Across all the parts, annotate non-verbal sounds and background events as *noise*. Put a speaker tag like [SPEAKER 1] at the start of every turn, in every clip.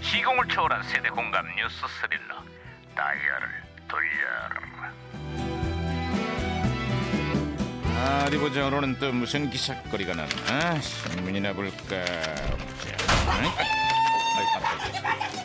[SPEAKER 1] 시공을 초월한 세대 공감 뉴스 스릴러 다이얼을 돌려라 아, 어디 보자 오늘은 또 무슨 기사거리가 나나 아, 신문이나 볼까 보자 응? 아이 깜짝이야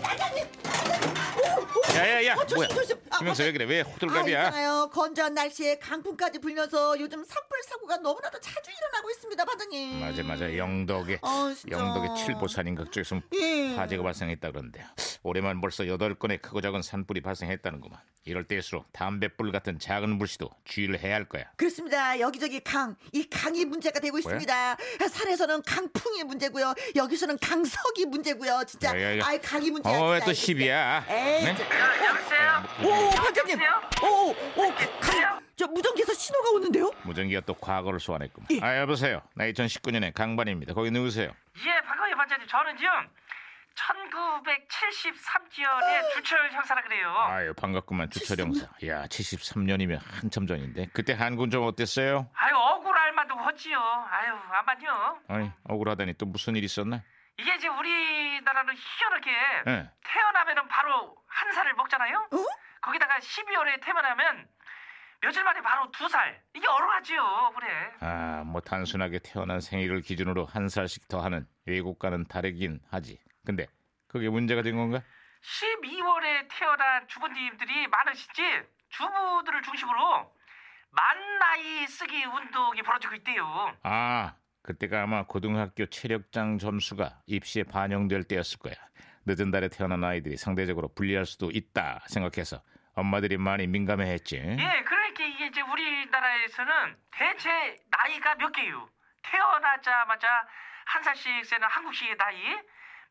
[SPEAKER 1] 야야야
[SPEAKER 2] 어,
[SPEAKER 1] 뭐야
[SPEAKER 2] 조심 조심. 아,
[SPEAKER 1] 김영수 왜 그래 왜
[SPEAKER 2] 아,
[SPEAKER 1] 호들갑이야
[SPEAKER 2] 있잖아요. 건조한 날씨에 강풍까지 불면서 요즘 산불 사고가 너무나도 자주 일어나고 있습니다, 반장님.
[SPEAKER 1] 맞아 맞아 영덕에
[SPEAKER 2] 아, 진짜.
[SPEAKER 1] 영덕의 칠보산인 각쪽에서
[SPEAKER 2] 예.
[SPEAKER 1] 화재가 발생했다 그런데 올해만 벌써 여덟 건의 크고 작은 산불이 발생했다는구만 이럴 때일수록 담배불 같은 작은 불씨도 주의를 해야 할 거야
[SPEAKER 2] 그렇습니다. 여기저기 강, 이 강이 문제가 되고 있습니다. 산에서는 강풍이 문제고요. 여기서는 강석이 문제고요. 진짜.
[SPEAKER 1] 야, 야, 야.
[SPEAKER 2] 아, 강이 문제.
[SPEAKER 1] 어 왜 또 시비야
[SPEAKER 2] 에이,
[SPEAKER 1] 네?
[SPEAKER 2] 진짜.
[SPEAKER 3] 여보세요?
[SPEAKER 1] 뭐.
[SPEAKER 2] 오, 오, 반장님. 오, 오, 오, 강. 저 무전기에서 신호가 오는데요?
[SPEAKER 1] 무전기가 또 과거를 소환했구만
[SPEAKER 2] 예.
[SPEAKER 1] 아 여보세요 나 2019년에 강반입니다 거기 누구세요
[SPEAKER 3] 예, 반가워요, 반장님. 저는요, 1973년에 주철 형사라 그래요.
[SPEAKER 1] 아! 아유 반갑구만 주철영사 야 73년이면 한참 전인데 그때 한군 좀 어땠어요
[SPEAKER 3] 아유, 억울할 만도 하지요. 아유, 아만요.
[SPEAKER 1] 아니 억울하다니 또 무슨 일 있었나
[SPEAKER 3] 이게 이제 우리나라는 희한하게
[SPEAKER 1] 예.
[SPEAKER 3] 태어나면은 바로 한 살을 먹잖아요.
[SPEAKER 2] 어?
[SPEAKER 3] 거기다가 12월에 태어나면 며칠 만에 바로 두 살. 이게 억울하지요, 그래.
[SPEAKER 1] 아 뭐 단순하게 태어난 생일을 기준으로 한 살씩 더 하는 외국과는 다르긴 하지 근데 그게 문제가 된 건가?
[SPEAKER 3] 12월에 태어난 주부님들이 많으시지 주부들을 중심으로 만 나이 쓰기 운동이 벌어지고 있대요.
[SPEAKER 1] 아, 그때가 아마 고등학교 체력장 점수가 입시에 반영될 때였을 거야. 늦은 달에 태어난 아이들이 상대적으로 불리할 수도 있다 생각해서 엄마들이 많이 민감해했지.
[SPEAKER 3] 예, 그러니까 이게 이제 우리나라에서는 대체 나이가 몇 개요? 태어나자마자 한 살씩 세는 한국식의 나이,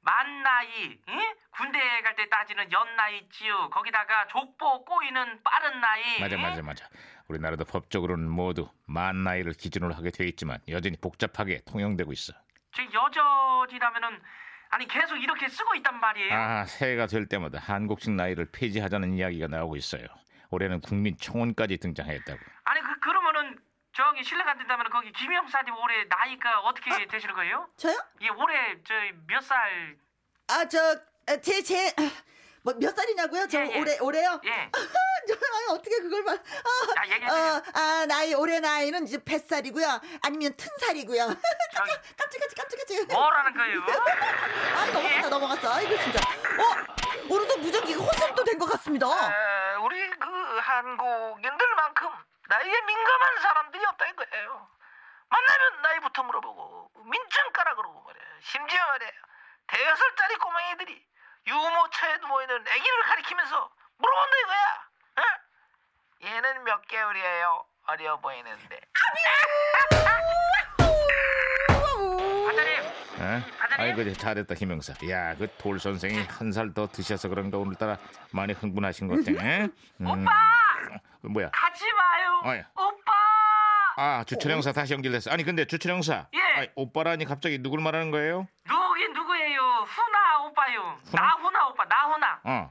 [SPEAKER 3] 만 나이, 예? 군대 갈 때 따지는 연 나이지요. 거기다가 족보 꼬이는 빠른 나이.
[SPEAKER 1] 맞아,
[SPEAKER 3] 예?
[SPEAKER 1] 맞아, 맞아. 우리나라도 법적으로는 모두 만 나이를 기준으로 하게 돼 있지만 여전히 복잡하게 통용되고 있어.
[SPEAKER 3] 지금 여전이라면은 아니 계속 이렇게 쓰고 있단 말이에요.
[SPEAKER 1] 아, 새해가 될 때마다 한국식 나이를 폐지하자는 이야기가 나오고 있어요. 올해는 국민 청원까지 등장했다고.
[SPEAKER 3] 아니 그 그러면은 저기 실례가 안 된다면 거기 김 형사님 올해 나이가 어떻게
[SPEAKER 1] 아.
[SPEAKER 3] 되시는 거예요?
[SPEAKER 2] 저요?
[SPEAKER 3] 예, 올해 저몇살 예 예
[SPEAKER 2] 아, 저, 제, 제, 뭐 몇 살이냐고요? 저
[SPEAKER 3] 예, 예.
[SPEAKER 2] 올해, 올해요? 저, 아니, 어떻게 그걸 봐. 아,
[SPEAKER 3] 야, 얘기해,
[SPEAKER 2] 어, 아, 나이, 올해 나이는 이제 뱃살이고요. 아니면 튼살이고요. *laughs* 깜짝, 깜짝깜짝, 깜짝깜짝.
[SPEAKER 3] 뭐라는 거예요?
[SPEAKER 2] *laughs* 아, 넘어갔다, 넘어갔어. 아이고, 진짜. 어? 오늘도 무전기가 혼선도 된 것 같습니다.
[SPEAKER 4] 아, 우리 그 한국인들만큼 나이에 민감한 사람들이 없다 이거예요. 만나면 나이부터 물어보고 민증 까라 그러고 말이야. 심지어 말이야 대여섯 짜리 꼬맹이들이 유모차에 모이는 아기를 가리키면서 물어본다 이거야. 어? 얘는 몇 개월이에요? 어려 보이는데.
[SPEAKER 3] 반장님
[SPEAKER 1] 어?
[SPEAKER 3] 다들
[SPEAKER 1] 아이고 이제 잘했다 김영사. 야 그 돌 선생이 한 살 더 드셔서 그런가 오늘따라 많이 흥분하신 것 같아. 음.
[SPEAKER 3] 오빠
[SPEAKER 1] 그 뭐야?
[SPEAKER 3] 가지 마요
[SPEAKER 1] 어이.
[SPEAKER 3] 오빠
[SPEAKER 1] 아 주철 형사 다시 연결됐어. 아니 근데 주철 형사.
[SPEAKER 3] 예.
[SPEAKER 1] 아니, 오빠라니 갑자기 누굴 말하는 거예요?
[SPEAKER 3] 누구긴 누구예요 후나 오빠요 나 후나 오빠 나 후나
[SPEAKER 1] 어.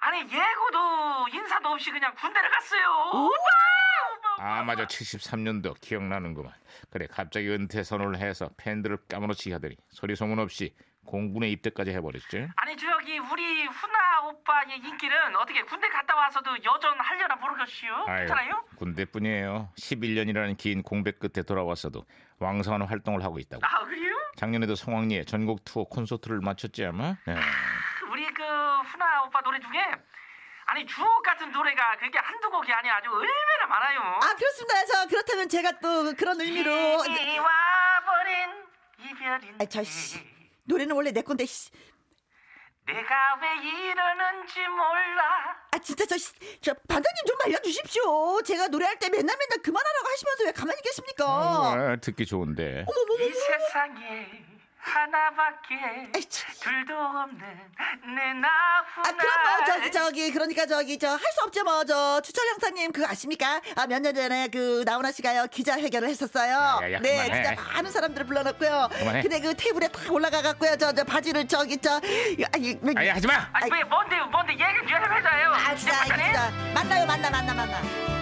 [SPEAKER 3] 아니 예고도 인사도 없이 그냥 군대를 갔어요 오빠 오빠 오빠.
[SPEAKER 1] 아 맞아 73년도 기억나는구만. 그래 갑자기 은퇴 선언을 해서 팬들을 까무러치게 하더니 소리 소문 없이 공군에 입대까지 해버렸지.
[SPEAKER 3] 아니 저기 우리 후나 오빠의 인기는 어떻게 군대 갔다 와서도 여전하려나 모르겠어요
[SPEAKER 1] 아유,
[SPEAKER 3] 괜찮아요?
[SPEAKER 1] 군대뿐이에요. 11년이라는 긴 공백 끝에 돌아와서도 왕성한 활동을 하고 있다고.
[SPEAKER 3] 아 그래요?
[SPEAKER 1] 작년에도 성황리에 전국 투어 콘서트를 마쳤지 아마. 네.
[SPEAKER 3] 우리 그 후나 오빠 노래 중에 아니 주옥 같은 노래가 그게 한두 곡이 아니야 아주 얼마나 많아요
[SPEAKER 2] 아, 그렇습니다. 저, 그렇다면 제가 또 그런 의미로.
[SPEAKER 3] 이미 와버린 이별인
[SPEAKER 2] 아, 저, 씨. 노래는 원래 내 건데, 씨.
[SPEAKER 3] 내가 왜 이러는지 몰라
[SPEAKER 2] 아, 진짜 저, 씨. 저, 반장님 좀 알려주십시오. 제가 노래할 때 맨날 맨날 그만하라고 하시면서 왜 가만히
[SPEAKER 3] 어.
[SPEAKER 2] 계십니까?
[SPEAKER 1] 아, 듣기 좋은데.
[SPEAKER 3] 이 세상에 하나밖에
[SPEAKER 2] 아이, 참.
[SPEAKER 3] 둘도 없는 내 나훈아
[SPEAKER 2] 아, 그럼 뭐, 저기, 저기, 그러니까 저기, 저, 할 수 없죠, 뭐, 저, 추철 형사님, 그거 아십니까? 아, 몇 년 전에 그, 나훈아 씨가요, 기자회견을 했었어요.
[SPEAKER 1] 야, 야,
[SPEAKER 2] 네,
[SPEAKER 1] 그만해.
[SPEAKER 2] 진짜 많은 사람들을 불러놨고요.
[SPEAKER 1] 그만해.
[SPEAKER 2] 근데 그 테이블에 다 올라가갖고요, 저, 저, 바지를 저기, 저, 이거, 아니, 뭐,
[SPEAKER 1] 아니 하지 마.
[SPEAKER 3] 아니 왜 뭔데 뭔데 얘기 좀 해봐요
[SPEAKER 2] 아, 진짜,
[SPEAKER 3] 예,
[SPEAKER 2] 아,
[SPEAKER 3] 박사님.
[SPEAKER 2] 진짜. 만나요, 만나, 만나, 만나.